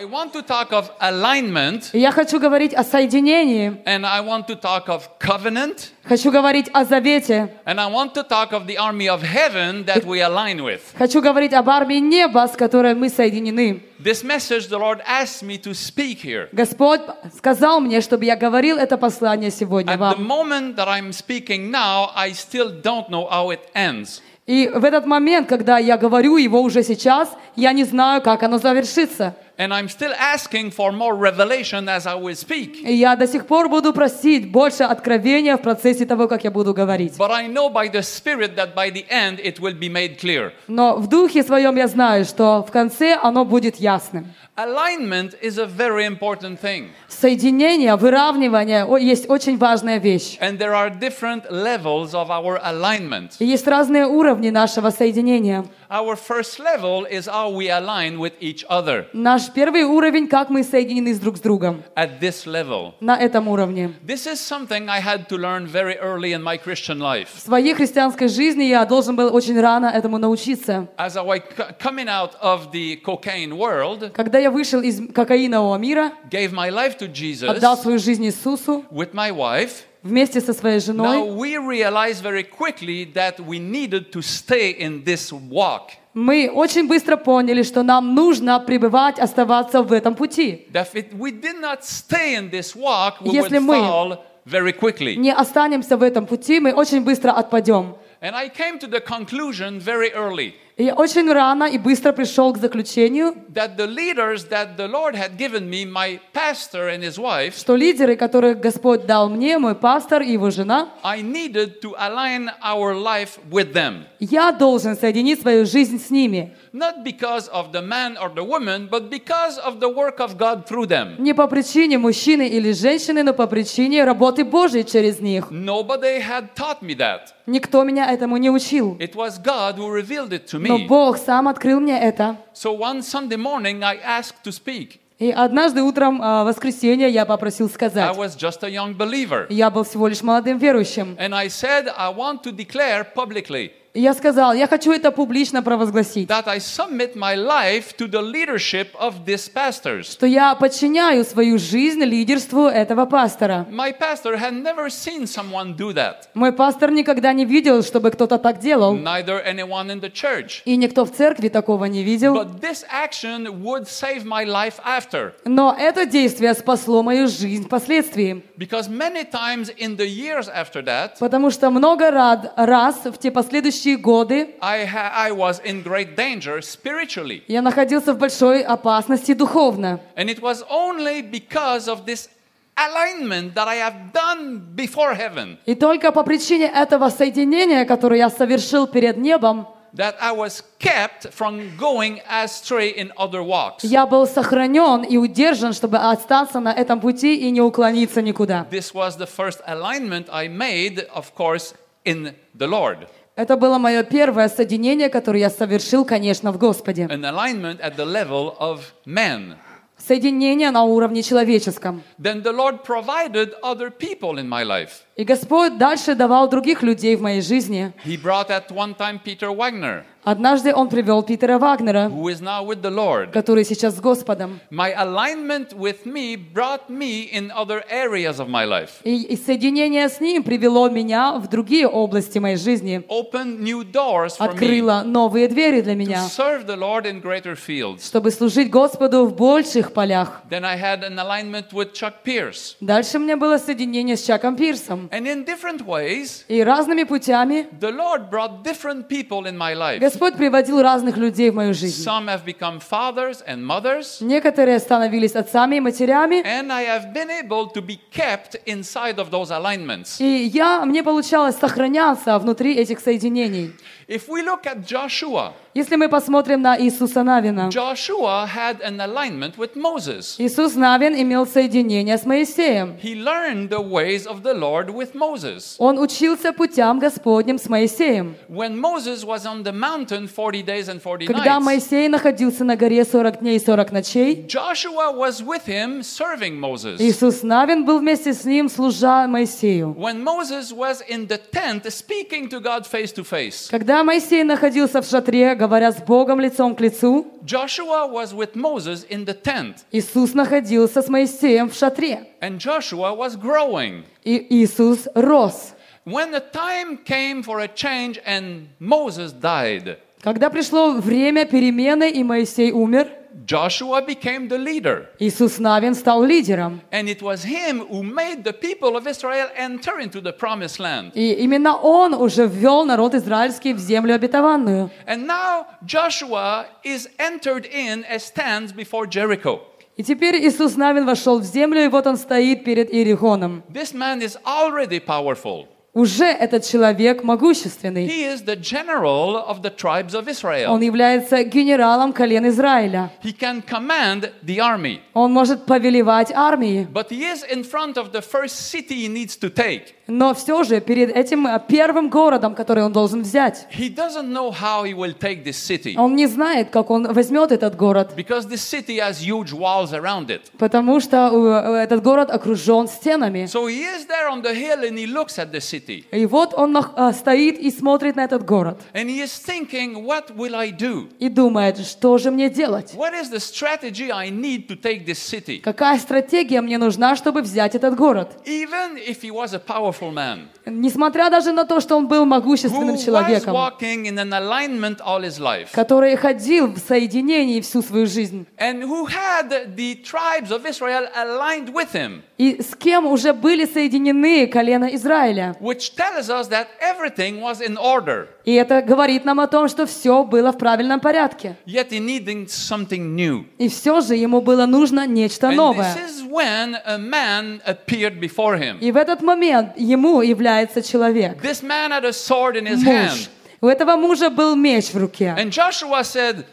I want to talk of alignment И Я хочу говорить о соединении, and I want to talk of covenant хочу говорить о завете, and I want to talk of the army of heaven that we align with. хочу говорить об армии неба, с которой мы соединены. This message the Lord asked me to speak here. Господь сказал мне, чтобы я говорил это послание сегодня At the вам. moment that I'm speaking now, I still don't know how it ends. И в этот момент, когда я говорю его уже сейчас, я не знаю, как оно завершится. And I'm still asking for more revelation as I will speak. И я до сих пор буду просить больше откровения в процессе того, как я буду говорить. But I know by the Spirit that by the end it will be made clear. Но в духе своем я знаю, что в конце оно будет ясным. Alignment is a very important thing. Соединение, выравнивание о, есть очень важная вещь. And there are different levels of our alignment. И Есть разные уровни нашего соединения. Our first level is how we align with each other Наш первый уровень, как мы соединены с друг с другом at this level. на этом уровне. This is something I had to learn very early in my Christian В life. своей христианской жизни я должен был очень рано этому научиться. As I was c- coming out of the cocaine world, Когда я вышел из кокаинового мира, gave my life to Jesus отдал свою жизнь Иисусу with my wife. вместе со своей Now женой, we realized very quickly that we needed to stay in this walk. мы очень быстро поняли, что нам нужно пребывать, оставаться в этом пути. That if we did not stay in this walk, we Если would мы- fall very quickly. Не останемся в этом пути, мы очень быстро отпадем. And I came to the conclusion very early. И я очень рано и быстро пришел к заключению, that the leaders that the Lord had given me, my pastor and his wife, что лидеры, которых Господь дал мне, мой пастор и его жена, I needed to align our life with them. я должен соединить свою жизнь с ними. Not because of the man or the woman, but because of the work of God through them. Не по причине мужчины или женщины, но по причине работы Божьей через них. Nobody had taught me that. Никто меня этому не учил. It was God who revealed it to Но me. Бог сам открыл мне это. So one Sunday morning, I asked to speak. И однажды утром а, в воскресенье я попросил I сказать. was just a young believer. Я был всего лишь молодым верующим. And I said, I want to declare publicly И я сказал, я хочу это публично провозгласить, that I submit my life to the leadership of these pastors. что я подчиняю свою жизнь лидерству этого пастора. My pastor had never seen someone do that, Мой пастор никогда не видел, чтобы кто-то так делал. neither anyone in the church. И никто в церкви такого не видел. But this action would save my life after. Но это действие спасло мою жизнь впоследствии. Because many times in the years after that, Потому что много рад- раз в те последующие годы I, ha- I was in great danger spiritually. я находился в большой опасности духовно. And it was only because of this alignment that I have done before heaven И только по причине этого соединения, которое я совершил перед небом, that I was kept from going astray in other walks. я был сохранен и удержан, чтобы остаться на этом пути и не уклониться никуда. This was the first alignment I made, of course, in the Lord. Это было мое первое соединение, которое я совершил, конечно, в Господе. an alignment at the level of man. Соединение на уровне человеческом. Then the Lord provided other people in my life. И Господь дальше давал других людей в моей жизни. He brought at one time Peter Wagner, Однажды Он привел Питера Вагнера, who is now with the Lord. который сейчас с Господом. My alignment with me brought me in other areas of my life, И, и соединение с ним привело меня в другие области моей жизни. opened new doors for me Открыло новые двери для to меня, serve the Lord in greater fields. чтобы служить Господу в больших полях. Then I had an alignment with Chuck Pierce. Дальше у меня было соединение с Чаком Пирсом. And in different ways, И разными путями the Lord brought different people in my life. Господь приводил разных людей в мою жизнь. Some have become fathers and mothers. Некоторые становились отцами и матерями, And I have been able to be kept inside of those alignments. и я, мне получалось сохраняться внутри этих соединений. If we look at Joshua, Если мы посмотрим на Иисуса Навина, Joshua had an alignment with Moses. Иисус Навин имел соединение с Моисеем. He learned the ways of the Lord with Moses. Он учился путям Господним с Моисеем. When Moses was on the mountain 40 days and 40 Когда nights, Моисей находился на горе 40 дней и 40 ночей, Joshua was with him serving Moses. Иисус Навин был вместе с ним, служа Моисею. When Moses was in the tent speaking to God face to face, Когда Когда Моисей находился в шатре, говоря с Богом лицом к лицу, Joshua was with Moses in the tent, Иисус находился с Моисеем в шатре. and Joshua was growing. И Иисус рос. When the time came for a change and Moses died, Когда пришло время перемены, и Моисей умер, Joshua became the leader. Иисус Навин стал лидером. And it was him who made the people of Israel enter into the promised land. И именно он уже ввел народ израильский в землю обетованную. And now Joshua is entered in and stands before Jericho. И теперь Иисус Навин вошел в землю, и вот он стоит перед Иерихоном. This man is already powerful. Уже этот человек могущественный. He is the general of the tribes of Israel. Он является генералом колен Израиля. He can command the army, Он может повелевать армии. but he is in front of the first city he needs to take. Но все же перед этим э, первым городом, который он должен взять, He doesn't know how he will take this city он не знает, как он возьмет этот город, because this city has huge walls around it. потому что э, этот город окружен стенами. So he is there on the hill and he looks at the city И вот он нах- э, стоит и смотрит на этот город and he is thinking, What will I do? и думает, что же мне делать? What is the strategy I need to take this city? Какая стратегия мне нужна, чтобы взять этот город? Even if he was a powerful man Несмотря даже на то, что он был who могущественным was человеком, walking in an alignment all his life который ходил в соединении всю свою жизнь, and who had the tribes of Israel aligned with him, и с кем уже были соединены колена Израиля. which tells us that everything was in order. И это говорит нам о том, что все было в правильном порядке. Yet he needed something new. И все же ему было нужно нечто And this новое. is when a man appeared before him. И в этот момент ему является человек, This man had a sword in his hand. муж. У этого мужа был меч в руке. And Joshua said,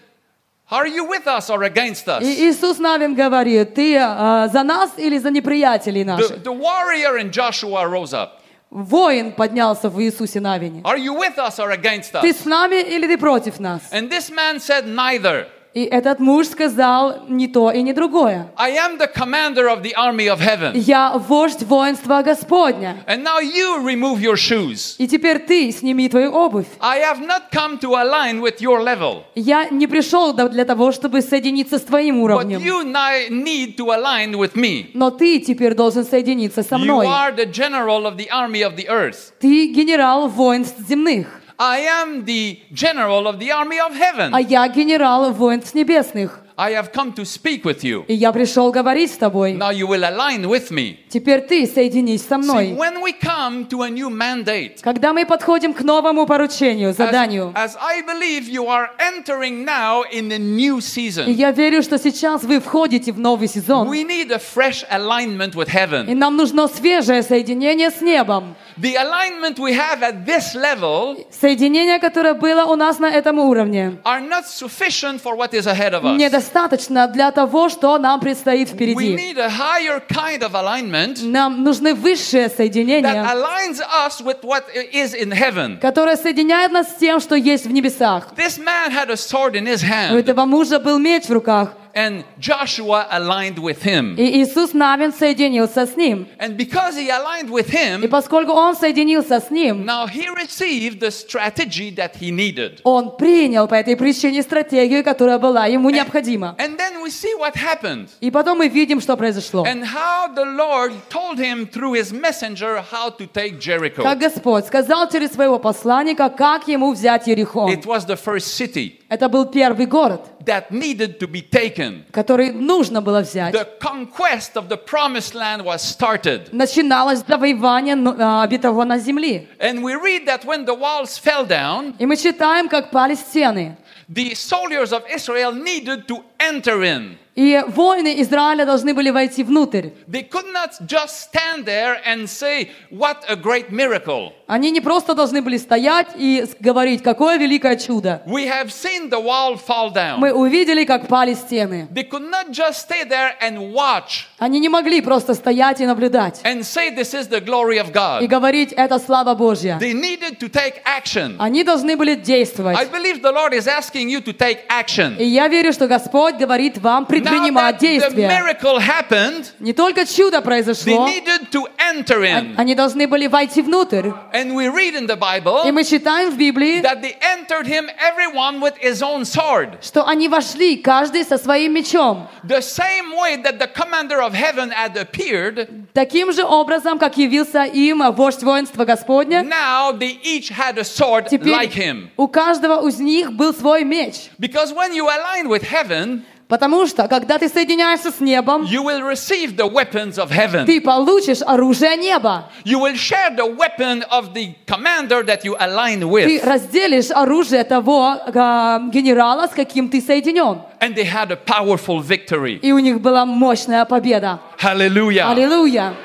Are you with us or against us? И Иисус Навин говорит, ты а, за нас или за неприятелей The, наших? the warrior in Joshua rose up. Воин поднялся в Иисусе Навине. Are you with us or against Ты us? с нами или ты против нас? And this man said, Neither. И этот муж сказал не то и не другое. I am the commander of the army of heaven. Я вождь воинства Господня. And now you remove your shoes. И теперь ты сними твою обувь. I have not come to align with your level, Я не пришел до- для того, чтобы соединиться с твоим but уровнем. you ni- need to align with me. Но ты теперь должен соединиться со You мной. are the general of the army of the earth. Ты генерал воинств земных, I am the general of the army of heaven. а я генерал воинств небесных. I have come to speak with you. И я пришел говорить с тобой. Now you will align with me. Теперь ты соединись со See, мной. when we come to a new mandate, Когда мы подходим к новому поручению, заданию, As, as I believe you are entering now in a new и season. я верю, что сейчас вы входите в новый сезон, We need a fresh alignment with и heaven. нам нужно свежее соединение с небом. The alignment we have at this level Соединение, которое было у нас на этом уровне, are not sufficient for what is ahead of us. недостаточно для того, что нам предстоит We впереди. need a higher kind of alignment Нам нужны высшие соединения, that aligns us with what is in heaven. которое соединяет нас с тем, что есть в небесах. This man had a sword in his У hand, этого мужа был меч в руках, and Joshua aligned with him. и Иисус Навин соединился с ним. And because he aligned with И him, поскольку он соединился с ним, now he received the strategy that he needed. он принял по этой причине стратегию, которая была ему необходима. And then we see what happened. И потом мы видим, что произошло. And how the Lord told him through his messenger how to take Jericho. Как Господь сказал через своего посланника, как ему взять Ерихон. It was the first city Это был первый город, that needed to be taken. который нужно было взять. The conquest of the promised land was started. Начиналось завоевание ну, а, обетованной земли. And we read that when the walls fell down, И мы читаем, как пали стены. the soldiers of Israel needed to enter in. И воины Израиля должны были войти внутрь. They could not just stand there and say, What a great miracle! Они не просто должны были стоять и с- говорить, какое великое чудо. We have seen the wall fall down. Мы увидели, как пали стены. They could not just stay there and watch Они не могли просто стоять и наблюдать and say, This is the glory of God. и говорить, это слава Божья. They needed to take action. Они должны были I А действовать. believe the Lord is asking you to take И action. я верю, что Господь говорит вам, Now принимать that the действия. miracle happened, Не только чудо they произошло, needed to enter а- in. они должны были войти внутрь. And we read in the И Bible мы читаем в Библии, that they entered him, everyone with his own sword. что они вошли, каждый со своим мечом. The same way that the commander of heaven had appeared, Таким же образом, как явился им вождь воинства Господня, now they each had a sword like теперь him. у каждого из них был свой меч. Because when you align with heaven, Потому что, когда ты соединяешься с небом, you will receive the weapons of heaven. ты получишь оружие неба. You will share the weapon of the commander that you align Ты with. разделишь оружие того а, генерала, с каким ты соединен. And they had a powerful victory. И у них была мощная победа. Hallelujah. Аллилуйя!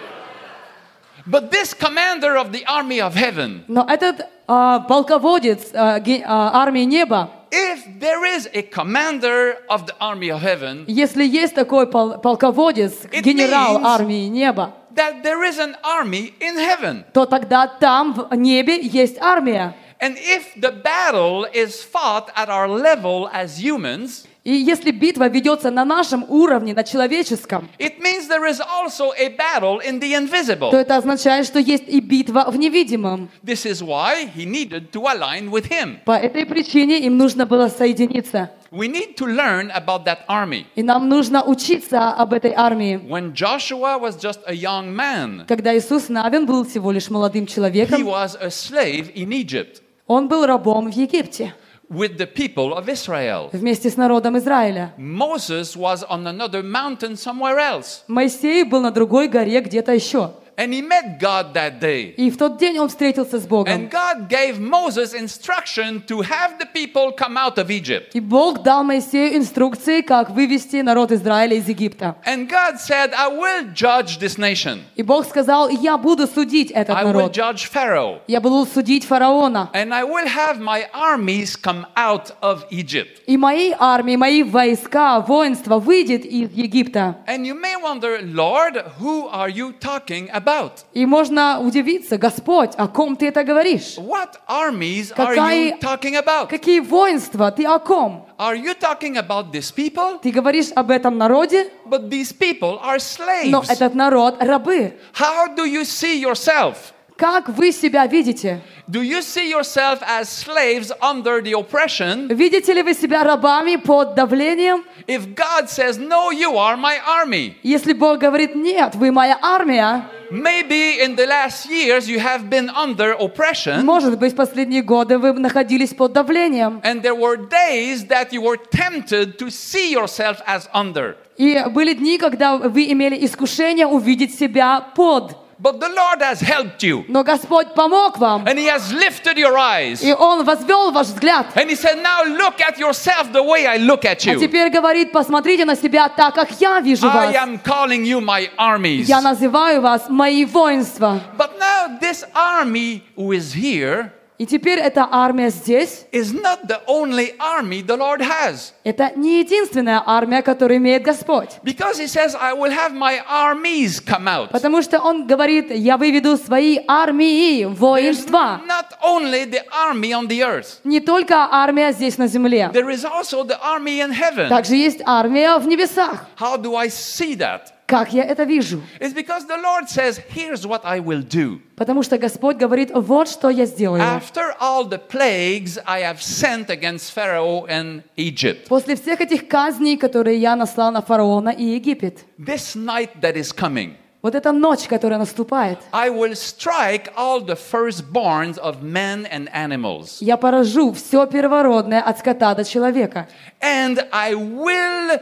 But this commander of the army of heaven, Но этот а, полководец а, ге- а, армии неба, if there is a commander of the army of heaven, если есть такой пол- полководец, It генерал means- армии неба, that there is an army in heaven. то тогда там в небе есть армия. And if the battle is fought at our level as humans, И если битва ведется на нашем уровне, на человеческом, it means there is also a battle in the то invisible. это означает, что есть и битва в невидимом. This is why he needed to align with him. По этой причине им нужно было соединиться. We need to learn about that army. И нам нужно учиться об этой армии. When Joshua was just a young man, Когда Иисус Навин был всего лишь молодым he человеком, was a slave in Egypt он был рабом в Египте with the people of Israel. вместе с народом Израиля. Moses was on another mountain somewhere else, Моисей был на другой горе где-то еще. and he met God that day. И в тот день он встретился с And Богом. God gave Moses instruction to have the people come out of Egypt. И Бог дал Моисею инструкции, как вывести народ Израиля из Египта. And God said, I will judge this nation. И Бог сказал, я буду судить этот I will народ. judge Pharaoh. Я буду судить фараона. And I will have my armies come out of Egypt. И моей армии, мои войска, воинство выйдет из Египта. And you may wonder, Lord, who are you talking about? И можно удивиться, Господь, о ком ты это говоришь? What armies are Какая- you talking about? Какие воинства? Ты о ком? Are you talking about these people? Ты говоришь об этом народе, But these people are но slaves. этот народ рабы. How do you see yourself? Как вы себя видите? Do you see yourself as slaves under the oppression? Видите ли вы себя рабами под давлением? If God says, No, you are my army, Если Бог говорит, нет, вы моя армия, maybe in the last years you have been under oppression, может быть, последние годы вы находились под давлением. and there were days that you were tempted to see yourself as under. И были дни, когда вы имели искушение увидеть себя под. But the Lord has helped you, Но Господь помог вам, and He has lifted your eyes. и Он возвел ваш взгляд. And he said, Now look at yourself the way I look at А you. А теперь говорит, посмотрите на себя так, как я вижу I вас. am calling you my armies. Я называю вас мои воинства. But now, this army who is here И теперь эта армия здесь. is not the only army the Lord has. Это не единственная армия, которую имеет Господь. Because he says, I will have my armies come out. Потому что Он говорит, я выведу свои армии, There's воинства. not only the army on the earth, Не только армия здесь на земле. there is also the army in heaven. Также есть армия в небесах. How do I see that? Как я это вижу? It's because the Lord says, Here's what I will do. Потому что Господь говорит, вот что я сделаю. After all the plagues I have sent against Pharaoh and Egypt, После всех этих казней, которые я наслал на фараона и Египет, this night that is coming, вот эта ночь, которая наступает, I will strike all the firstborns of men and animals, я поражу все первородное от скота до человека. and I will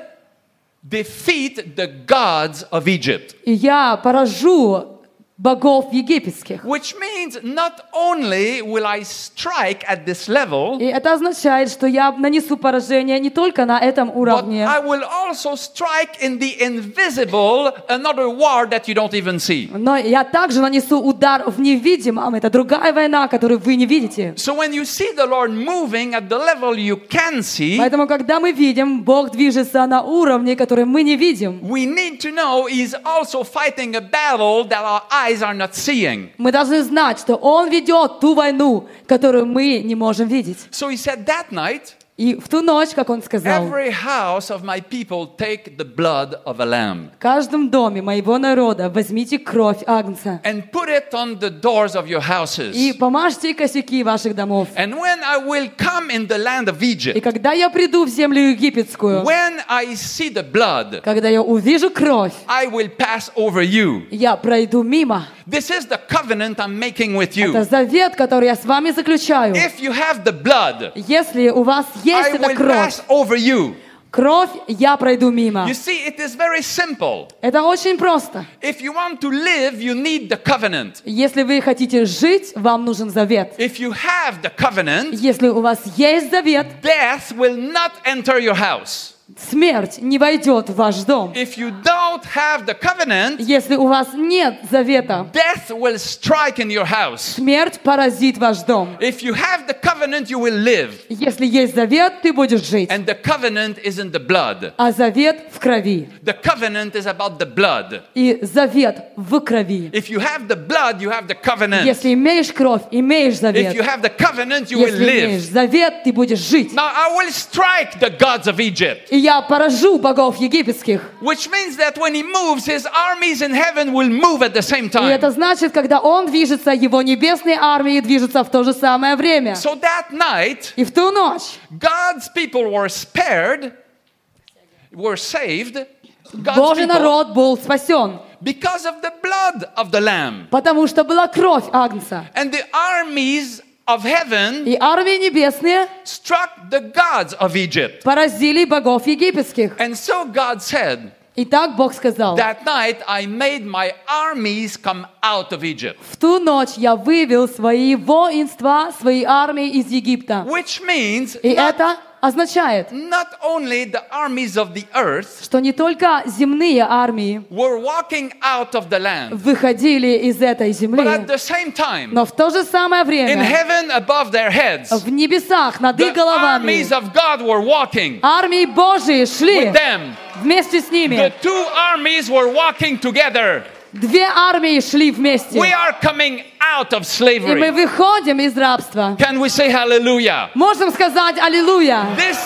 defeat the gods of Egypt. И я поражу богов египетских. Which means not only will I strike at this level, И это означает, что я нанесу поражение не только на этом but уровне, I will also strike in the invisible, another war that you don't even see. но я также нанесу удар в невидимом. Это другая война, которую вы не видите. So when you see the Lord moving at the level you can see, Поэтому, когда мы видим, Бог движется на уровне, который мы не видим. we need to know He's also fighting a battle that our eyes are not seeing. Мы должны знать, что Он ведет ту войну, которую мы не можем видеть. So He said that night, И И в ту ночь, как он сказал, Every house of my people take the blood of a lamb в каждом доме моего народа возьмите кровь Агнца and put it on the doors of your и houses. помажьте косяки ваших домов. And when I will come in the land of И Egypt, когда я приду в землю египетскую, when I see the blood, когда я увижу кровь, I will pass over you. я пройду мимо. This is the covenant I'm making with Это you. завет, который я с вами заключаю. If you have the blood, Если у вас есть I эта will кровь, pass over you. кровь, я пройду мимо. You see, it is very simple. Это очень просто. If you want to live, you need the covenant. Если вы хотите жить, вам нужен завет. If you have the covenant, Если у вас есть завет, death will not enter your house. смерть не войдет в ваш дом. If you don't have the covenant, Если у вас нет завета, death will strike in your house. смерть поразит ваш дом. If you have the covenant, you will live. Если есть завет, ты будешь жить. And the covenant is in the blood. А завет в крови. The covenant is about the blood. И завет в крови. If you have the blood, you have the covenant. Если имеешь кровь, имеешь If you завет. have the covenant, you will Если имеешь live. завет, ты будешь жить. Now I will strike the gods of Egypt, И я поражу богов египетских. which means that when he moves, his armies in heaven will move at the same И time. это значит, когда он движется, его небесные армии движутся в то же самое время. So that night, И в ту ночь God's people were spared, were saved. God's Божий people, народ был спасен, because of the blood of the Lamb. потому что была кровь Агнца. And the armies of heaven И армии небесные struck the gods of Egypt. поразили богов египетских. And so God said, И так Бог сказал, That night I made my armies come out of Egypt. в ту ночь я вывел свои воинства, свои армии из Египта. Which means И это означает, not only the armies of the earth что не только земные армии were walking out of the land, выходили из этой but at земли, the same time, но в то же самое in время heaven above their heads, в небесах над их the головами armies of God were walking армии Божии шли with them. вместе с The ними. two armies were walking together. Две армии шли вместе. We are coming out of И мы slavery. выходим из рабства. Can we say hallelujah? Можем сказать «Аллилуйя». This,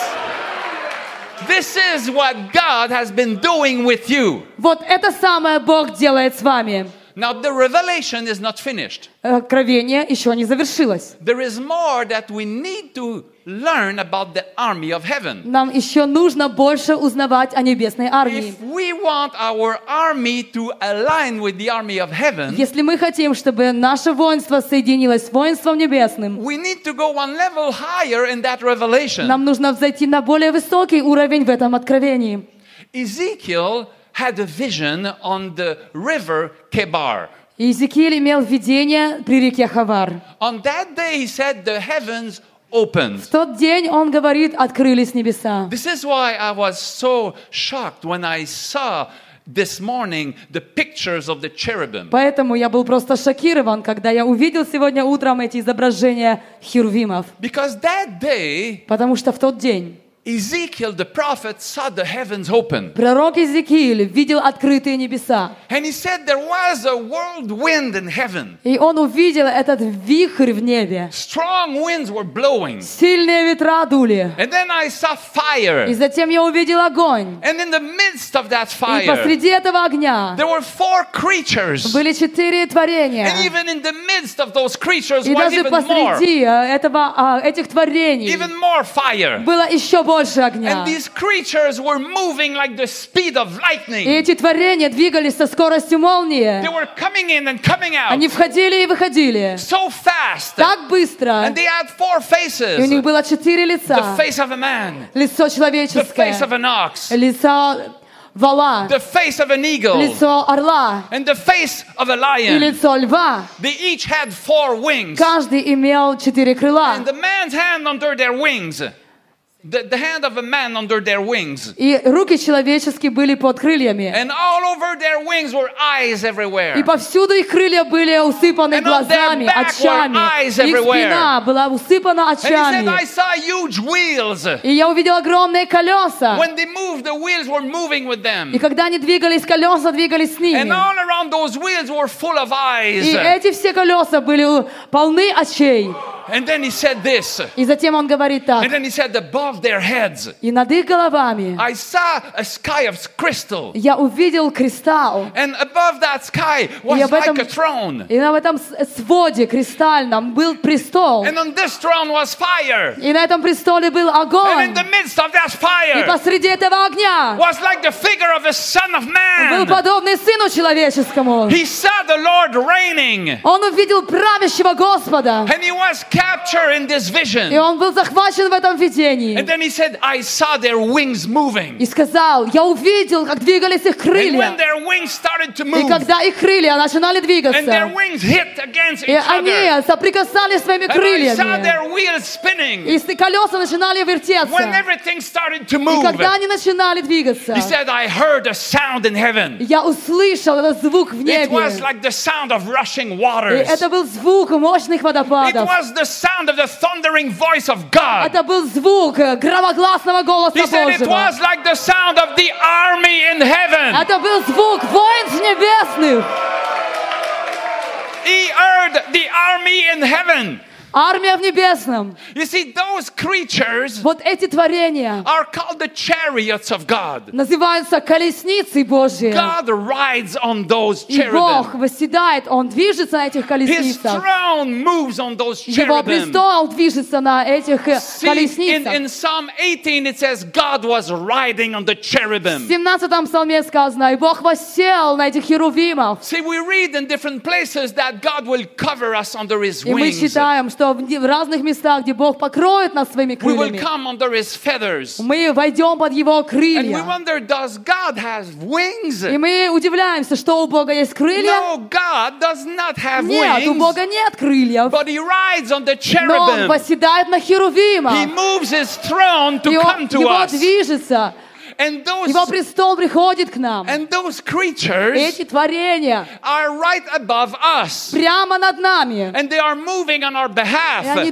this is what God has been doing with you. Вот это самое Бог делает с вами. Now, the revelation is not finished. Э, Откровение еще не завершилось. There is more that we need to learn about the army of heaven. Нам еще нужно больше узнавать о небесной армии. If we want our army to align with the army of heaven, Если мы хотим, чтобы наше воинство соединилось с воинством небесным, we need to go one level higher in that revelation. нам нужно взойти на более высокий уровень в этом откровении. Ezekiel had a vision on the river Kebar. Иезекииль имел видение при реке Хавар. On that day, he said, The heavens opened. В тот день он говорит «открылись небеса». This is why I was so shocked when I saw this morning the pictures of the cherubim. Поэтому я был просто шокирован, когда я увидел сегодня утром эти изображения херувимов. Because that day, Потому что в тот день Ezekiel the prophet saw the heavens open. пророк Иезекииль видел открытые небеса. And he said there was a whirlwind in heaven. И он увидел этот вихрь в небе. Strong winds were blowing. Сильные ветра дули. And then I saw И fire. затем я увидел огонь. And in the midst of that И fire, посреди этого огня there were four creatures. были четыре And творения. even in the midst of those creatures И was даже even more. посреди э, этого, а, этих творений Even more fire. было еще больше And огня. these creatures were moving like the speed of И lightning. эти творения двигались со скоростью They молнии. were coming in and coming out Они входили и выходили. so fast. так быстро. And they had four И у них faces было четыре the лица. face of a man, the face Лицо of человеческое, an ox, лицо вала, the face of an eagle, лицо орла and the face of a и lion. лицо льва. They each had four wings. Каждый имел четыре крыла. And the man's hand under their wings. The, the hand of a man under their wings. И руки человеческие были под крыльями. And all over their wings were eyes И everywhere. повсюду их крылья были усыпаны And on their глазами, back were очами. eyes Их everywhere. спина была усыпана And he said, I очами. saw huge wheels. И я увидел огромные колеса. When they moved, the wheels were moving with them. И когда они двигались, колеса двигались с And ними. all around those wheels were full of eyes. И эти все колеса были полны очей. And then he said this. И затем он говорит And так. then he said, above their heads, И над их головами I saw a sky of crystal. я увидел кристалл. And above that sky was Я в этом- like a throne. И на этом с- своде кристальном был престол. And on this throne was fire. И на этом престоле был And огонь. in the midst of that И fire посреди этого огня was like the figure of a son of был man. подобный сыну человеческому. He saw the Lord reigning. Он увидел правящего Господа. And he was captured in this И vision. он был захвачен в этом And видении. then he said, I saw their wings moving. И сказал, я увидел, как двигались их And when крылья. their wings started to И move, когда их крылья начинали and their двигаться, wings hit against и each other, они соприкасались своими and I saw крыльями. their wheels spinning. И с- колеса начинали When вертеться. everything started to И move, когда они начинали двигаться, he said, I heard a sound in heaven. я услышал этот звук в It небе. was like the sound of rushing И waters. это It был звук мощных водопадов. was the sound of the thundering voice of God. Это был звук э, громогласного голоса He said, It Божьего. was like the sound of the army in heaven. Это был звук воинств небесных. He heard the army in heaven. Армия в небесном. You see, those creatures Вот эти творения are called the chariots of God. называются колесницей Божьей. God rides on those И Бог cherubim. восседает, Он движется на этих His колесницах. throne moves on those Его cherubim. престол движется на этих э, See, in, колесницах. in Psalm 18 it says God was riding on the В cherubim. 17 псалме сказано, и Бог воссел на этих херувимов. See, we read in different places that God will cover us under His И мы wings. считаем, что в не- в разных местах, где Бог покроет нас своими We will крыльями, come under His feathers. мы войдем под Его And we крылья. wonder, does God have wings? И мы удивляемся, что у Бога есть крылья. No, God does not have Нет, у wings, Бога нет крыльев. but He rides on the Но он cherubim. восседает на He Херувима. moves His throne to И он- come to его us. движется. And Его those, престол приходит к нам. and those И creatures Эти творения are right above us. прямо над нами. And they are moving on our И они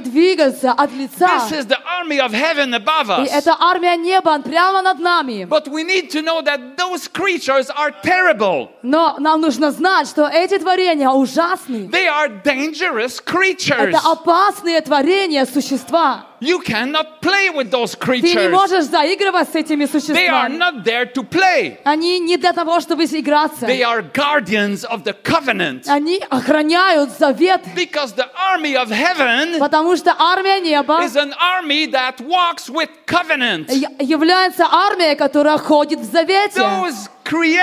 behalf. двигаются от лица. This is the army of heaven above И us. это армия неба прямо над нами. But we need to know that those creatures are terrible. Но нам нужно знать, что эти творения ужасны. They are dangerous creatures. Это опасные творения существа. You cannot play with those Ты не creatures. можешь заигрывать с этими They are существами. not there to play. Они не для того, чтобы играться. They are guardians of the covenant. Они охраняют завет, Because the army of heaven потому что армия неба is an арmy that walks with covenant. я- является армией, которая ходит в завете. Those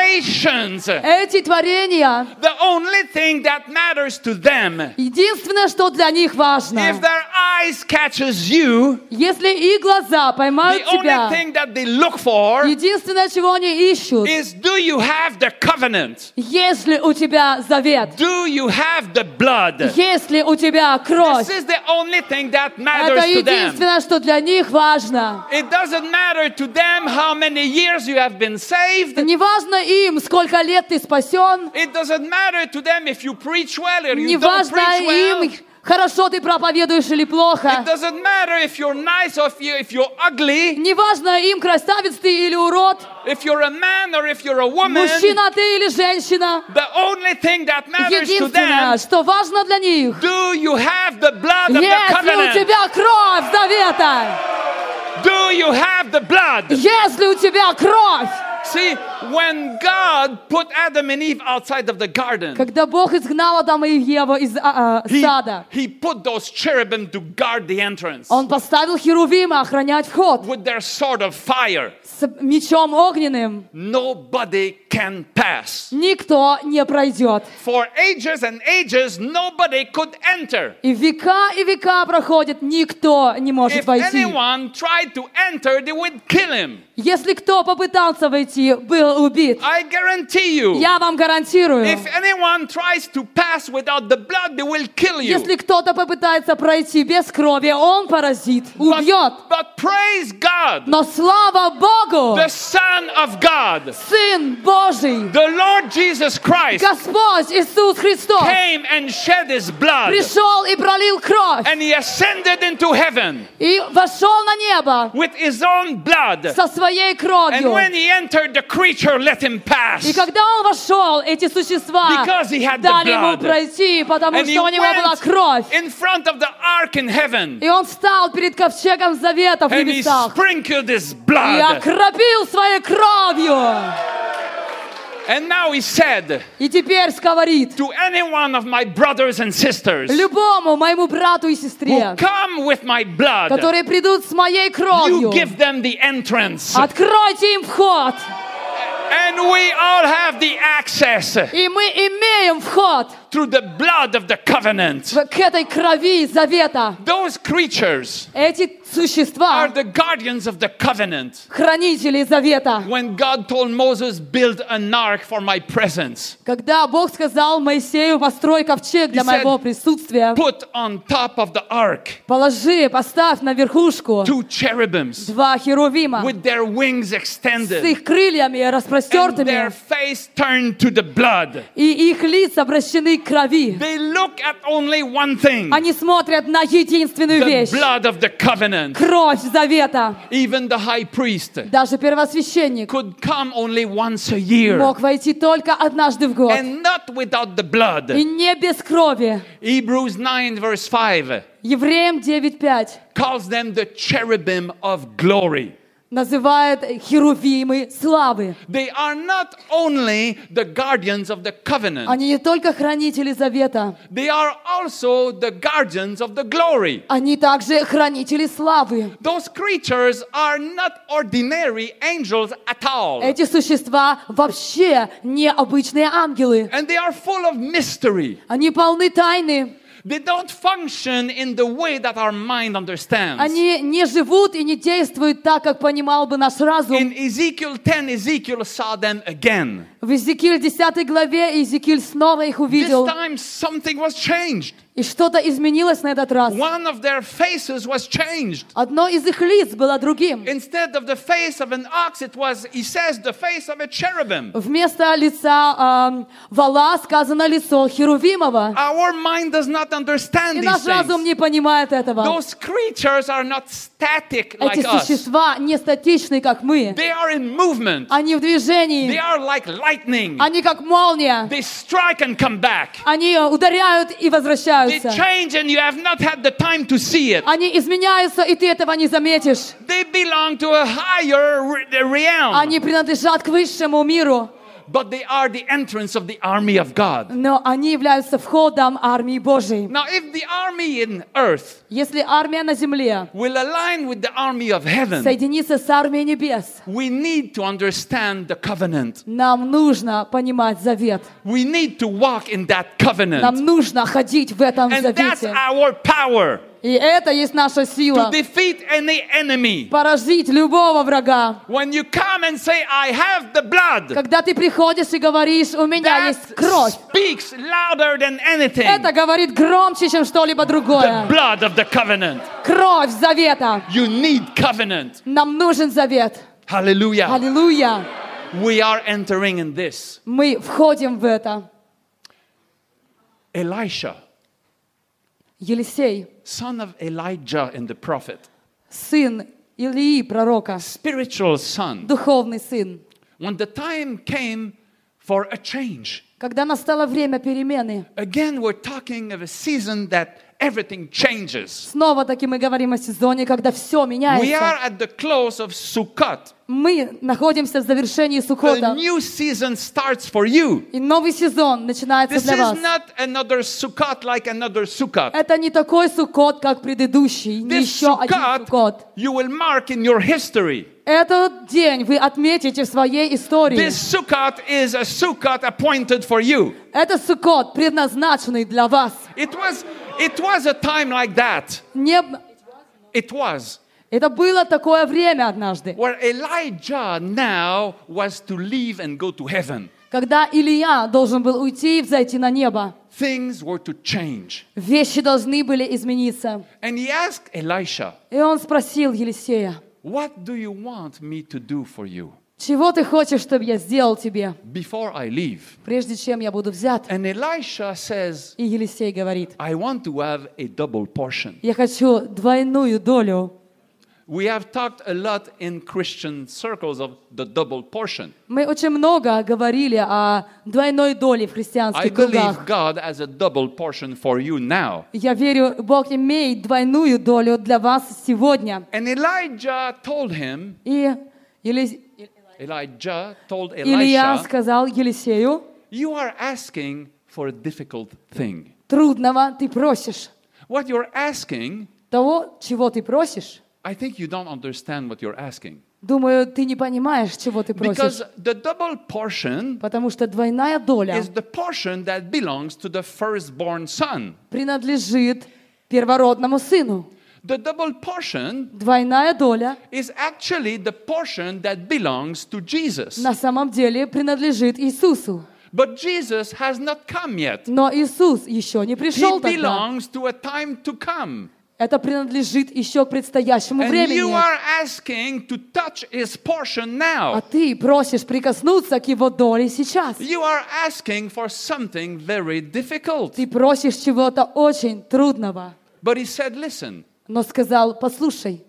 creations, the Эти творения, only thing that matters to them, единственное, что для них важно, if their eyes catches you, если их глаза поймают the only тебя, thing that they look for единственное, чего они ищут, is do you have the covenant? если у тебя завет, Do you have the blood? если у тебя This кровь, is the only thing that это matters to them. единственное, что для них важно. It doesn't matter to them how many years you have been saved. Не важно им, сколько лет ты спасен, It doesn't matter to them if you preach well or не you don't важно preach well. им, It хорошо ты проповедуешь или плохо. doesn't matter if you're nice or if, you, if you're ugly, Неважно им, красавец ты или урод, if you're a man or if you're a woman. мужчина ты или женщina. The only thing that matters to Единственное, them, что важно для них, do you have the blood of the если у covenant? тебя кровь завета, Do you have the blood? если у тебя кровь. See, when God put Adam and Eve outside of the garden, Когда Бог изгнал Адама и Еву из а, а, he, сада, he put those cherubim to guard the entrance Он поставил Херувима охранять вход with their sword of fire. с мечом огненным. Nobody can pass. Никто не пройдет. For ages and ages, nobody could enter. И века и века проходят, никто не может If войти. anyone tried to enter, they would kill him. Если кто попытался войти, был убит. I guarantee you. Я вам гарантирую. If anyone tries to pass without the blood, they will kill you. Если кто-то попытается пройти без крови, он паразит, убьет. But, but praise God, Но слава Богу, the Son of God, Сын Божий, the Lord Jesus Christ, Господь Иисус Христос came and shed his blood пришел и пролил кровь and he ascended into heaven и вошел на небо with his own blood. со своей And кровью. when he entered the creature let him И pass. когда он вошел, эти существа Because he had the дали ему blood. пройти, потому And he что у него была кровь. went in front of the ark in heaven. И он встал перед ковчегом завета в And he небесах sprinkled his и blood. окропил своей кровью. And now he said И теперь говорит to any one of my brothers and sisters любому моему брату и who сестре, come with my blood, которые придут с моей you кровью, give them the entrance. Ah. откройте им вход. And we all have the access И мы имеем вход through the blood of the covenant. в- к этой крови завета. Those creatures Эти are существа, the guardians of the covenant. хранители завета. When God told Moses, build an ark for my presence, Когда Бог сказал Моисею, построй ковчег для He said, моего присутствия, put on top of the ark положи, поставь на верхушку two cherubims два херувима with their wings с extended их крыльями and their распростертыми, face turned to the blood. и их лица обращены к крови. They look at only one thing Они смотрят на единственную the вещь. blood of the covenant. Кровь завета. Even the high priest Даже первосвященник could come only once a year мог войти только однажды в год. and not without the blood. И не без крови. Hebrews 9, verse 5 Евреям 9.5 calls them the cherubim of glory. называет херувимы славы. They are not only the guardians of the covenant, Они не только хранители завета, they are also the guardians of the glory. они также хранители славы. Those creatures are not ordinary angels at all. Эти существа вообще необычные ангелы. And they are full of mystery. Они полны тайны. They don't function in the way that our mind understands. Они не живут и не действуют так, как понимал бы наш разум. In Ezekiel 10, Ezekiel saw them again. В Иезекииль 10 главе Иезекииль снова их This увидел. time, something was changed. И что-то изменилось на этот раз. One of their faces was changed. Одно из их лиц было другим. Instead of the face of an ox, it was, he says, the face of a cherubim. Вместо лица ам, вала сказано лицо Херувимова. Our mind does not understand И these наш разум things. не понимает этого. Those creatures are not static Эти like us. существа не статичны, как мы. They are in movement. Они в They движении. are like lightning. Они как молния. They strike and come back. Они э, ударяют и They возвращаются. change and you have not had the time to see it. Они изменяются, и ты этого не заметишь. They belong to a higher re- realm. Они принадлежат к высшему миру, But they are the entrance of the army of God. но они являются входом армии Божией. Now, if the army in earth Если армия на земле will align with the army of heaven, соединится с армией небес, We need to understand the covenant. нам нужно понимать завет. We need to walk in that Нам covenant. нужно ходить в этом And that's завете. our power И это есть наша to сила. defeat any enemy. Поразить любого врага. When you come and say, I have the blood, Когда ты приходишь и говоришь, у меня that есть кровь. speaks louder than anything. Это The говорит громче, чем что-либо другое. blood of the covenant. Кровь завета. You need covenant. Нам нужен завет. Hallelujah. Аллилуйя. We are entering in this. Мы входим в это. Elisha, Елисей, son of Elijah and the prophet, сын Илии, пророка, spiritual son, духовный сын. when the time came for a change. Когда настало время перемены, Again, we're talking of a season that everything changes. снова таки мы говорим о сезоне, когда все We are меняется. at the close of Sukkot. Мы находимся в завершении A Сукота. new season starts for you. И новый сезон начинается This для is вас. not another Sukkot like another Sukkot. Это не такой сукот, как предыдущий, не This еще один Sukkot сукот. you will mark in your history. Этот день вы отметите в своей истории. This Sukkot is a Sukkot appointed for you. Это сукот, предназначенный для вас. It was, it was a time like that. Не... It was Это было такое время однажды, where Elijah now was to leave and go to heaven. когда Илья должен был уйти и взойти на небо. Things were to change. Вещи должны были измениться. And he asked Elisha, И он спросил Елисея, What do you want me to do for you чего ты хочешь, чтобы я сделал тебе, before I leave? прежде чем я буду взят? And Elisha says, И Елисей говорит, I want to have a double portion. я хочу двойную долю. We have talked a lot in Christian circles of the double portion. Мы очень много говорили о двойной доле в I христианских believe кругах. God has a double portion for you now. Я верю, Бог имеет двойную долю для вас сегодня. And Elijah told him, И Елис- Elijah told Илья Elisha, сказал Елисею, You are asking for a difficult thing. трудного ты просишь. What you're asking, Того, чего ты просишь, I think you don't understand what you're asking. думаю, ты не понимаешь, чего ты просишь. Because the double portion Потому что двойная доля is the portion that belongs to the firstborn son. принадлежит первородному сыну. The double portion Двойная доля is actually the portion that belongs to Jesus. на самом деле принадлежит Иисусу. But Jesus has not come yet. Но Иисус еще не He пришел тогда. belongs to a time to come. Это принадлежит еще к предстоящему And you времени. are asking to touch his portion А now. ты просишь прикоснуться к его доле сейчас. You are asking for something very difficult. Ты просишь чего-то очень трудного. But he said, Listen, Но сказал, послушай,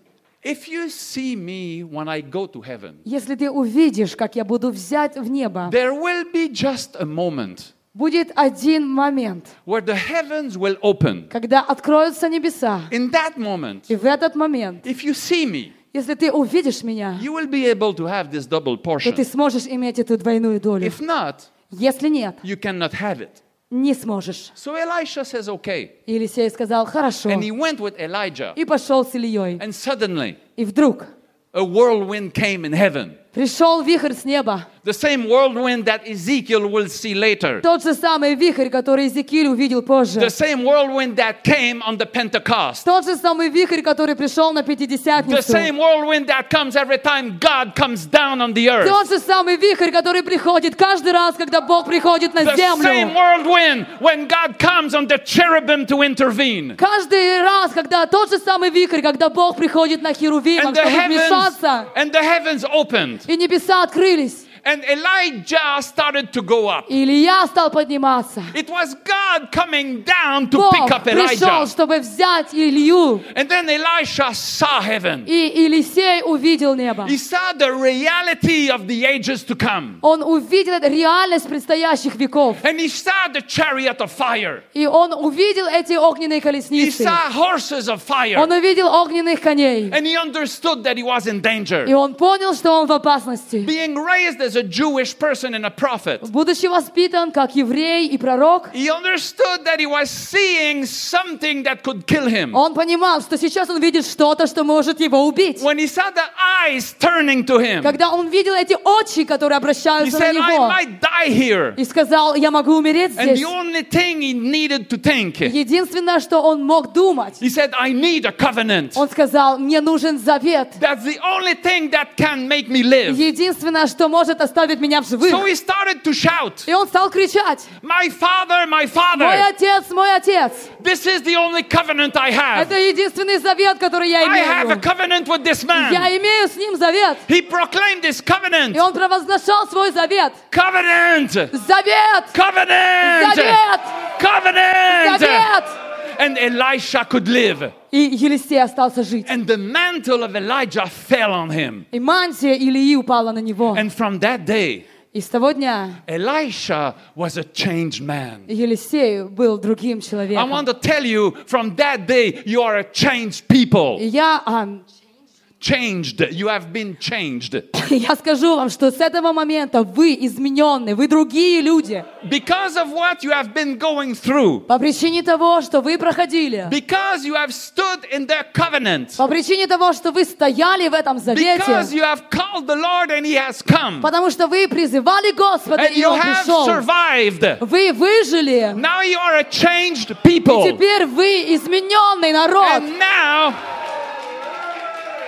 if you see me when I go to heaven, если ты увидишь, как я буду взять в небо, there will be just a moment будет один момент, where the heavens will open. когда откроются небеса. In that moment, И в этот момент, if you see me, если ты увидишь меня, you will be able to have this double то ты portion. сможешь иметь эту двойную долю. If not, Если нет, you cannot have it. не сможешь. So Elisha says, Okay. И Елисей сказал, хорошо. And he went with Elijah. И пошел с Ильей. And suddenly, И вдруг a whirlwind came in heaven. пришел вихрь с неба. The same whirlwind that Ezekiel will see later. Тот же самый вихрь, который Иезекииль увидел позже. The same whirlwind that came on the Pentecost. Тот же самый вихрь, который пришел на The same Пятидесятницу. whirlwind that comes every time God comes down on the earth. Тот же самый вихрь, который приходит каждый раз, когда Бог приходит на The same землю. whirlwind when God comes on the cherubim to intervene. Каждый раз, когда тот же самый вихрь, когда Бог приходит на Херувимом, And the чтобы heavens, вмешаться, and the heavens opened. и небеса открылись, And Elijah started to go up. и Илья стал подниматься. It was God coming down to Бог pick up пришел, Elijah. чтобы взять Илью, And then Elisha saw heaven. и Елисей увидел небо. He saw the reality of the ages to come. Он увидел эту реальность предстоящих веков. And he saw the chariot of fire. И он увидел эти огненные He колесницы. saw horses of fire. Он увидел огненных коней. And he understood that he was in И danger. он понял, что он в опасности. Being raised as a Jewish person and a prophet, Будучи воспитан как еврей и пророк, he understood that he was seeing something that could kill him. он понимал, что сейчас он видит что-то, что может его убить. When he saw the eyes turning to him, Когда он видел эти очи, которые he обращаются на said, I него, might die here. и сказал, я могу умереть And the здесь. only thing he needed to think, he Единственное, что он мог думать, said, I need a covenant. он сказал, мне нужен завет. That's the only thing that can make me live. Единственное, что может оставить меня в So живых. he started to shout, И он стал кричать, My father, my мой father, отец, мой отец, this is the only covenant I have. это единственный завет, который я А. I have a имею. covenant with this man. Я имею с ним завет. He proclaimed this covenant. И он провозглашал свой завет. Covenant! Завет! Covenant! Завет! Covenant! Завет! And Elisha could live. И Елисей остался жить. And the mantle of Elijah fell on him. И мантия Илии упала на него. And from that day, И с того дня Elisha was a changed man. Елисей был другим I человеком. want to tell you from that day, you are a changed people. И я, ам, Changed. You have been changed. я скажу вам, что с этого момента вы измененные, вы другие люди. Because of what you have been going through, По причине того, что вы проходили. because you have stood in their covenant, По причине того, что вы стояли в этом because завете. you have called the Lord and He has come, Потому что вы призывали Господа, and и you Он have пришел. survived. Вы выжили. Now you are a changed И people. теперь вы измененный народ. And now,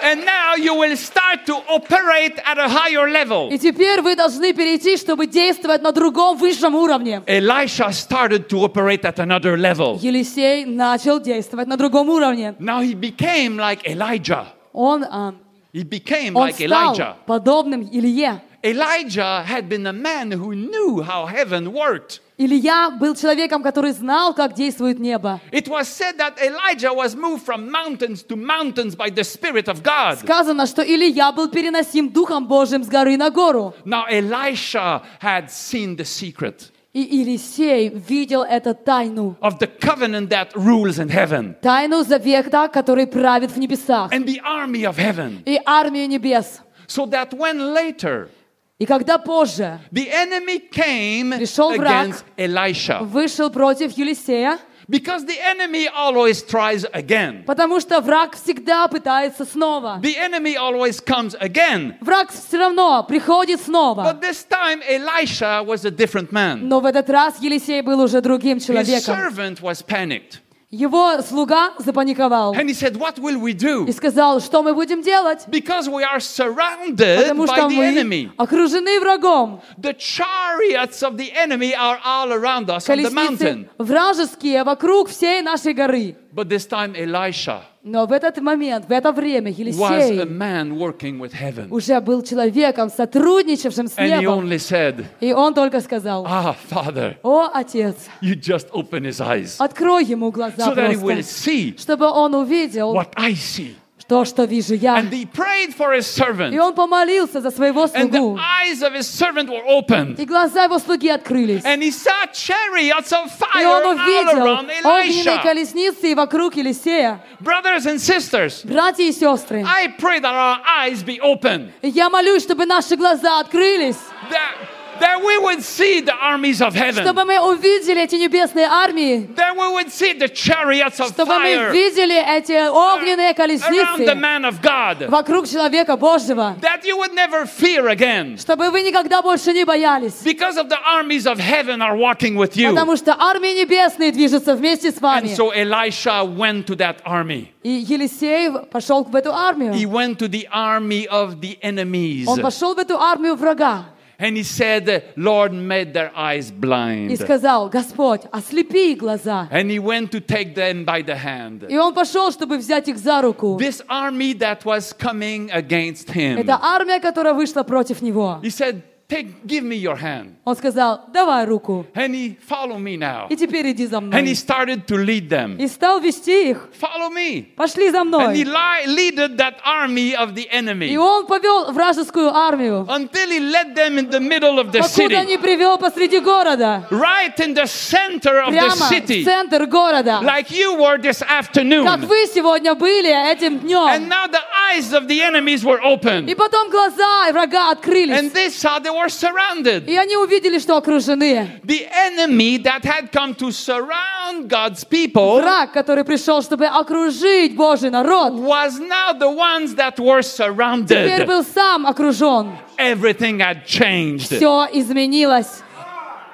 and now you will start to operate at a higher level. И теперь вы должны перейти, чтобы действовать на другом высшем уровне. Elisha started to operate at another level. Елисей начал действовать на другом уровне. Now he became like Elijah. Он, а, He became он like стал Elijah. подобным Илье. Elijah had been a man who knew how heaven worked. Илья был человеком, который знал, как действует небо. It was said that Elijah was moved from mountains to mountains by the Spirit of God. Сказано, что Илья был переносим Духом Божьим с горы на гору. Now, Elisha had seen the secret И Елисей видел эту тайну. of the covenant that rules in heaven Тайну завета, который правит в небесах. and the army of heaven. И армию небес. So that when later И когда позже the enemy came Пришел враг. against Elisha, вышел против Елисея, because the enemy always tries again, потому что враг всегда пытается снова. the enemy always comes again. Враг все равно приходит снова. But this time, Elisha was a different man. Но в этот раз Елисей был уже другим His человеком. servant was panicked. Его слуга запаниковал And he said, What will we do? и сказал, что мы будем делать? Because we are surrounded Потому by что the мы enemy. окружены врагом. The chariots of the enemy are all around us on the mountain. Колесницы вражеские вокруг всей нашей горы. But this time, Elisha Но в этот момент, в это время was a Елисей man working with heaven. уже был человеком, сотрудничавшим с And he небом. only said, И он только сказал, Ah, Father, «О, Отец, you just open his eyes открой ему глаза so Ah, that Ah. he will просто, see чтобы он увидел what I see. то, что вижу я». And he prayed for his И servant. он помолился за своего And the слугу. eyes of his servant were opened. И глаза его слуги открылись. And he saw chariots of И fire он all увидел around огненные Elisha. колесницы и вокруг Елисея. Brothers and sisters, Братья и сестры, I pray that our eyes be open, я молюсь, чтобы наши глаза открылись, that, that we would see the armies of heaven, чтобы мы увидели эти небесные армии, that we would see the chariots of чтобы мы fire видели эти огненные around the колесницы man of God, вокруг человека Божьего, that you would never fear again чтобы вы никогда больше не боялись, because of the armies of heaven are walking with you. потому что армии небесные движутся вместе с And вами. so Elisha went to that army. И Елисей пошел в эту He армию. went to the army of the enemies. Он пошел в эту армию врага And he said, Lord, made their eyes и blind. сказал, Господь, ослепи их глаза. And he went to take them by the hand. И он пошел, чтобы взять их за руку. This army that was coming against him. Это армия, которая вышла против него. He said, Take, give me your hand. Он сказал, давай руку, And he, follow me now. и теперь иди за And he мной. started to lead them. И стал вести их, Follow me. пошли за And he мной. li- leaded that army of the И enemy он повел вражескую армию, until he led them in the middle of the покуда city, не привел посреди города, right in the center of the прямо в city, центр города, like you were this как afternoon. вы сегодня были этим And днем. now the eyes of the enemies were И open. потом глаза врага And открылись, they saw they were surrounded. и они увидели, что окружены. The enemy that had come to surround God's people Враг, который пришел, чтобы окружить Божий народ, was now the ones that were теперь surrounded. был сам окружен. Everything had changed. Все изменилось.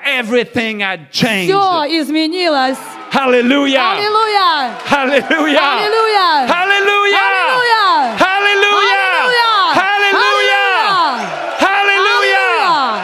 Everything had changed. Все изменилось. Hallelujah. Аллилуйя! Hallelujah. Аллилуйя! Hallelujah. Аллилуйя! Hallelujah. Hallelujah. Hallelujah.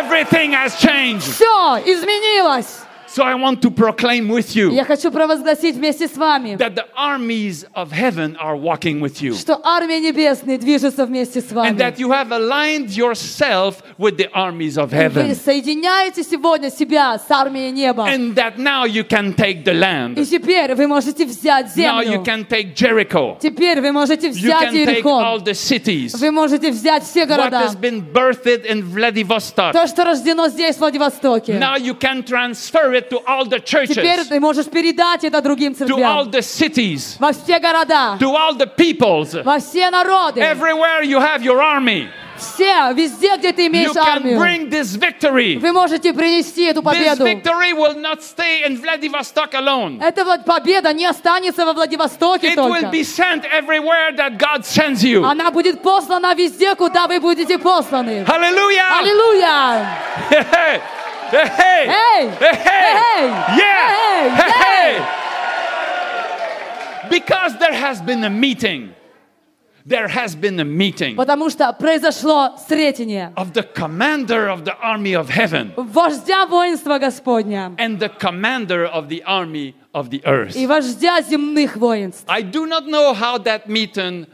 Everything has changed. Все изменилось. So I want to proclaim with you Я хочу провозгласить вместе с вами, that the armies of heaven are walking with you. что армия небесная движется вместе с and вами. that you have aligned yourself with the armies of Вы heaven. соединяете сегодня себя с армией неба. And that now you can take the И land. теперь вы можете взять Now you землю. can take Jericho. Теперь вы можете You взять can take all Иерихон. the cities. Вы можете взять все What города. has been birthed in Vladivostok. То, что рождено здесь, в Владивостоке. Now you can transfer it to all the Теперь churches, ты можешь передать это другим to all церквям. the cities, Во все города, to all the peoples. во все народы, Everywhere you have your army, все, везде, где ты you имеешь can армию. bring this victory. Вы можете принести эту This победу. victory will not stay in Vladivostok alone. Эта вот победа не останется во Владивостоке It will только. be sent everywhere that God sends you. Она будет послана везде, куда вы будете посланы. Hallelujah! Аллилуйя! Hey, hey, hey, hey, Hey! hey, hey, Hey! yeah, Hey! hey, hey. Hey! Because there has been a meeting. There has been a meeting Потому что произошло сретение. of the commander of the army of heaven Вождя воинства Господня and the commander of the army of the earth. и вождя земных воинств. I do not know how that meeting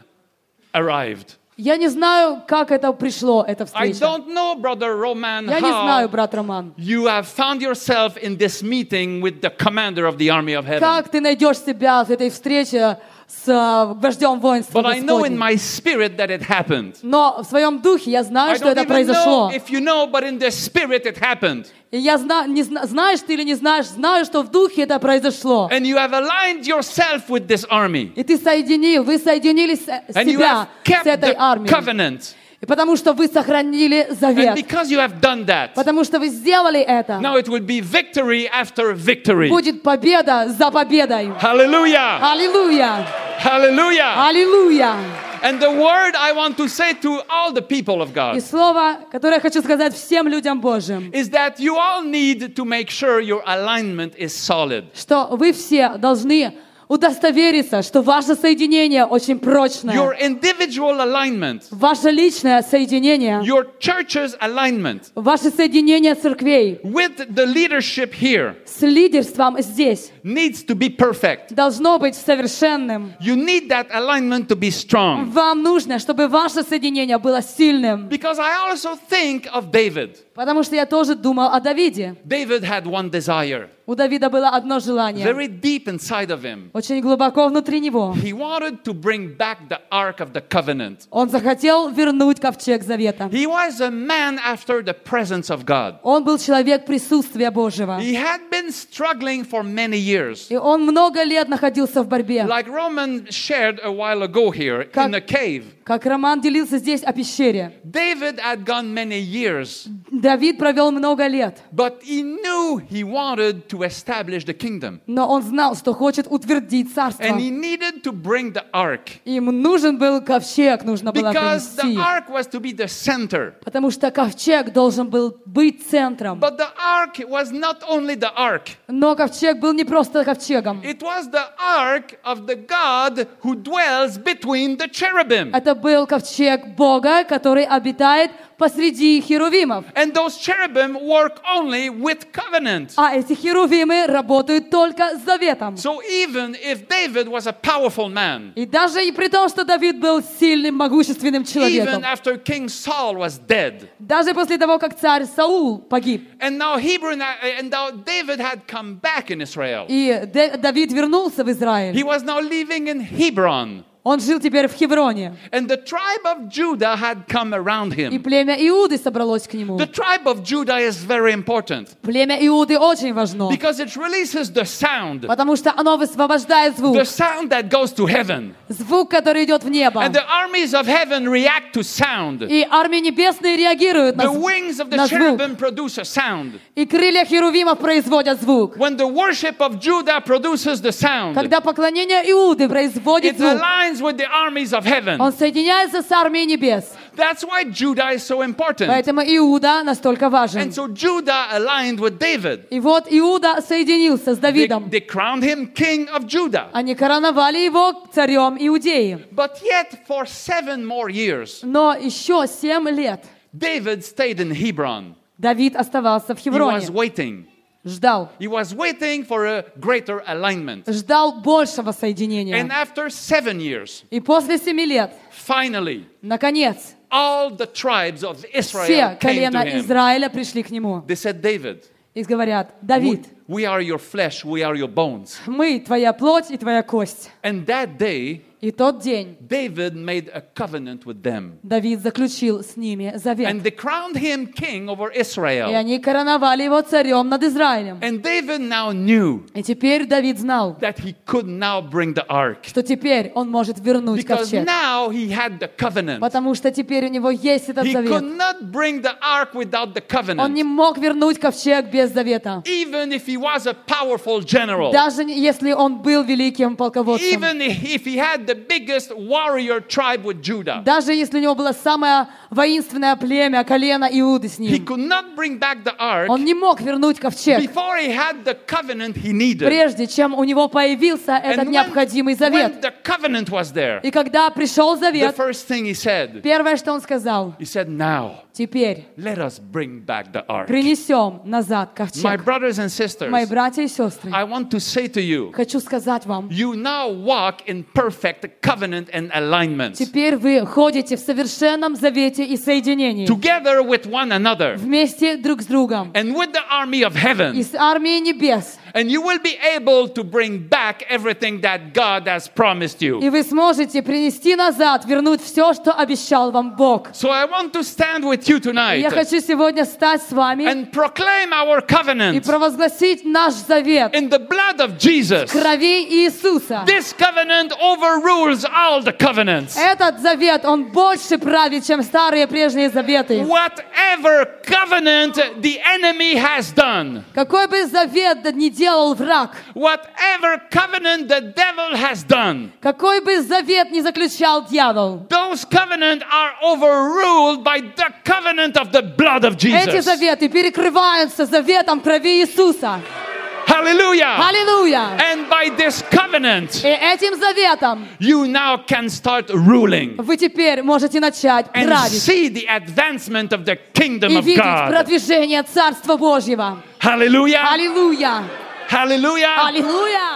arrived. Я не знаю, как это пришло, эта I встреча. don't know, Brother Roman, Я не знаю, how брат Роман, you have found yourself in this meeting with the commander of the army of heaven. как ты найдешь себя в этой встрече с э, вождем воинства But I know in Господня. my spirit that it happened. Но в своем духе я знаю, I что don't это even know произошло. if you know, but in the spirit it happened. И я знаю, не зна- знаешь ты или не знаешь, знаю, что в духе это произошло. And you have aligned yourself with this army. И ты соединил, вы соединились с- And you have себя kept с этой the армией. covenant. И потому что вы сохранили And завет. because you have done that, Потому что вы сделали это. now it will be victory after victory. Будет победа за победой. Hallelujah! Аллилуйя! Hallelujah! Аллилуйя! And the word I want to say to all the people of И God слово, которое я хочу сказать всем людям Божьим, is that you all need to make sure your alignment is solid. что вы все должны удостовериться, что ваше соединение очень Your прочное. individual alignment, Ваше личное соединение, your church's alignment ваше соединение церквей with the leadership here с лидерством здесь needs to be perfect. должно быть совершенным. You need that alignment to be strong. Вам нужно, чтобы ваше соединение было сильным. Because I also think of David. Потому что я тоже думал о Давиде. David had one desire, У Давида было одно желание. very deep inside of him. Очень глубоко внутри него. He wanted to bring back the Ark of the Covenant. Он захотел вернуть ковчег завета. He was a man after the presence of God. Он был человек присутствия Божьего. He had been struggling for many years. И он много лет находился в борьбе. Like Roman shared a while ago here Как- in a cave, Как Роман делился здесь о пещере. David had gone many years, Mm. Давид провел много лет. but he knew he wanted to establish the kingdom. Но он знал, что хочет утвердить царство. And he needed to bring the ark Им нужен был ковчег, нужно было because the принести. ark was to be the center. Потому что ковчег должен был быть центром. But the ark was not only the ark, Но ковчег был не просто ковчегом. it was the ark of the God who dwells between the cherubim. Это был ковчег Бога, который обитает посреди херувимов. And those cherubim work only with covenant. А эти херувимы работают только с заветом. So even if David was a powerful man, И даже и при том, что Давид был сильным, могущественным человеком, even after King Saul was dead, даже после того, как царь Саул погиб, and now Hebrew and now David had come back in Israel. и Д- Давид вернулся в Израиль, He was now living in Hebron, он жил теперь в Хевроне, and the tribe of Judah had come around и him. племя Иуды собралось к нему. The tribe of Judah is very important Племя Иуды очень важно, because it releases the sound, потому что оно высвобождает звук, the sound that goes to heaven. звук, который идет в небо. And the armies of heaven react to sound. И армии небесные реагируют на, The зв- wings of the на звук. cherubim produce a sound. И крылья херувимов производят звук. When the worship of Judah produces the sound, Когда поклонение Иуды it производит звук, aligns with the armies of heaven. он соединяется с армией небес. That's why Judah is so important. Поэтому Иуда настолько важен. And so Judah aligned with David. И вот Иуда соединился с They, Давидом. they crowned him king of Judah. Они короновали его царем Иудеи. But yet, for seven more years, Но еще семь лет David stayed in Hebron. Давид оставался в He was Хевроне. waiting. Ждал. He was waiting for a greater alignment. Ждал большего And соединения. after seven years, И после семи лет, finally, наконец, all the tribes of все Israel came колена to him. Израиля пришли к нему. They said, David, И говорят, Давид, we are your flesh, we are your bones. мы твоя плоть и твоя кость. And that day, И тот день David made a covenant with them. Давид заключил с ними And завет. they crowned him king over И Israel. они короновали его царем над Израилем. And David now knew И теперь Давид знал, that he could now bring the ark. что теперь он может вернуть Because ковчег. now he had the covenant. Потому что теперь у него есть этот He could завет. not bring the ark without the Он не covenant. мог вернуть ковчег без завета. Even if he was a powerful general. Даже не- если он был великим полководцем. Even if he had the biggest warrior tribe with Judah. Даже если у него была самая воинственное племя, колено Иуды с He ним. could not bring back the ark Он не мог вернуть ковчег, before he had the covenant he needed. прежде чем у него появился этот And необходимый when завет. the covenant was there, И когда пришел the завет, first thing he said, первое, что он сказал, he said, Now теперь let us bring back the ark. принесем назад My ковчег. brothers and sisters, Мои братья и сестры, I want to say to you, хочу сказать вам, you now walk in perfect covenant and alignment теперь вы ходите в совершенном завете и соединении. together with one another Вместе друг с другом. and with the army of heaven. И с армией небес. And you will be able to bring back everything that God has promised you. И вы сможете принести назад, вернуть все, что обещал вам Бог. So I want to stand with you И tonight Я хочу сегодня стать с вами and proclaim our и covenant провозгласить наш завет in the blood of Jesus. крови Иисуса. This covenant overrules all the covenants. Этот завет, он больше правит, чем старые прежние заветы. Whatever covenant the enemy has done, Какой бы завет да ни делал враг, whatever covenant the devil has done, какой бы завет ни заключал дьявол, those covenants are overruled by the covenant of the blood of эти Jesus. заветы перекрываются заветом крови Иисуса. Hallelujah! Аллилуйя! And by this covenant, И этим заветом you now can start ruling вы теперь можете начать and править see the advancement of the kingdom и of видеть God. продвижение Царства Божьего. Hallelujah! Аллилуйя! Hallelujah! Аллилуйя!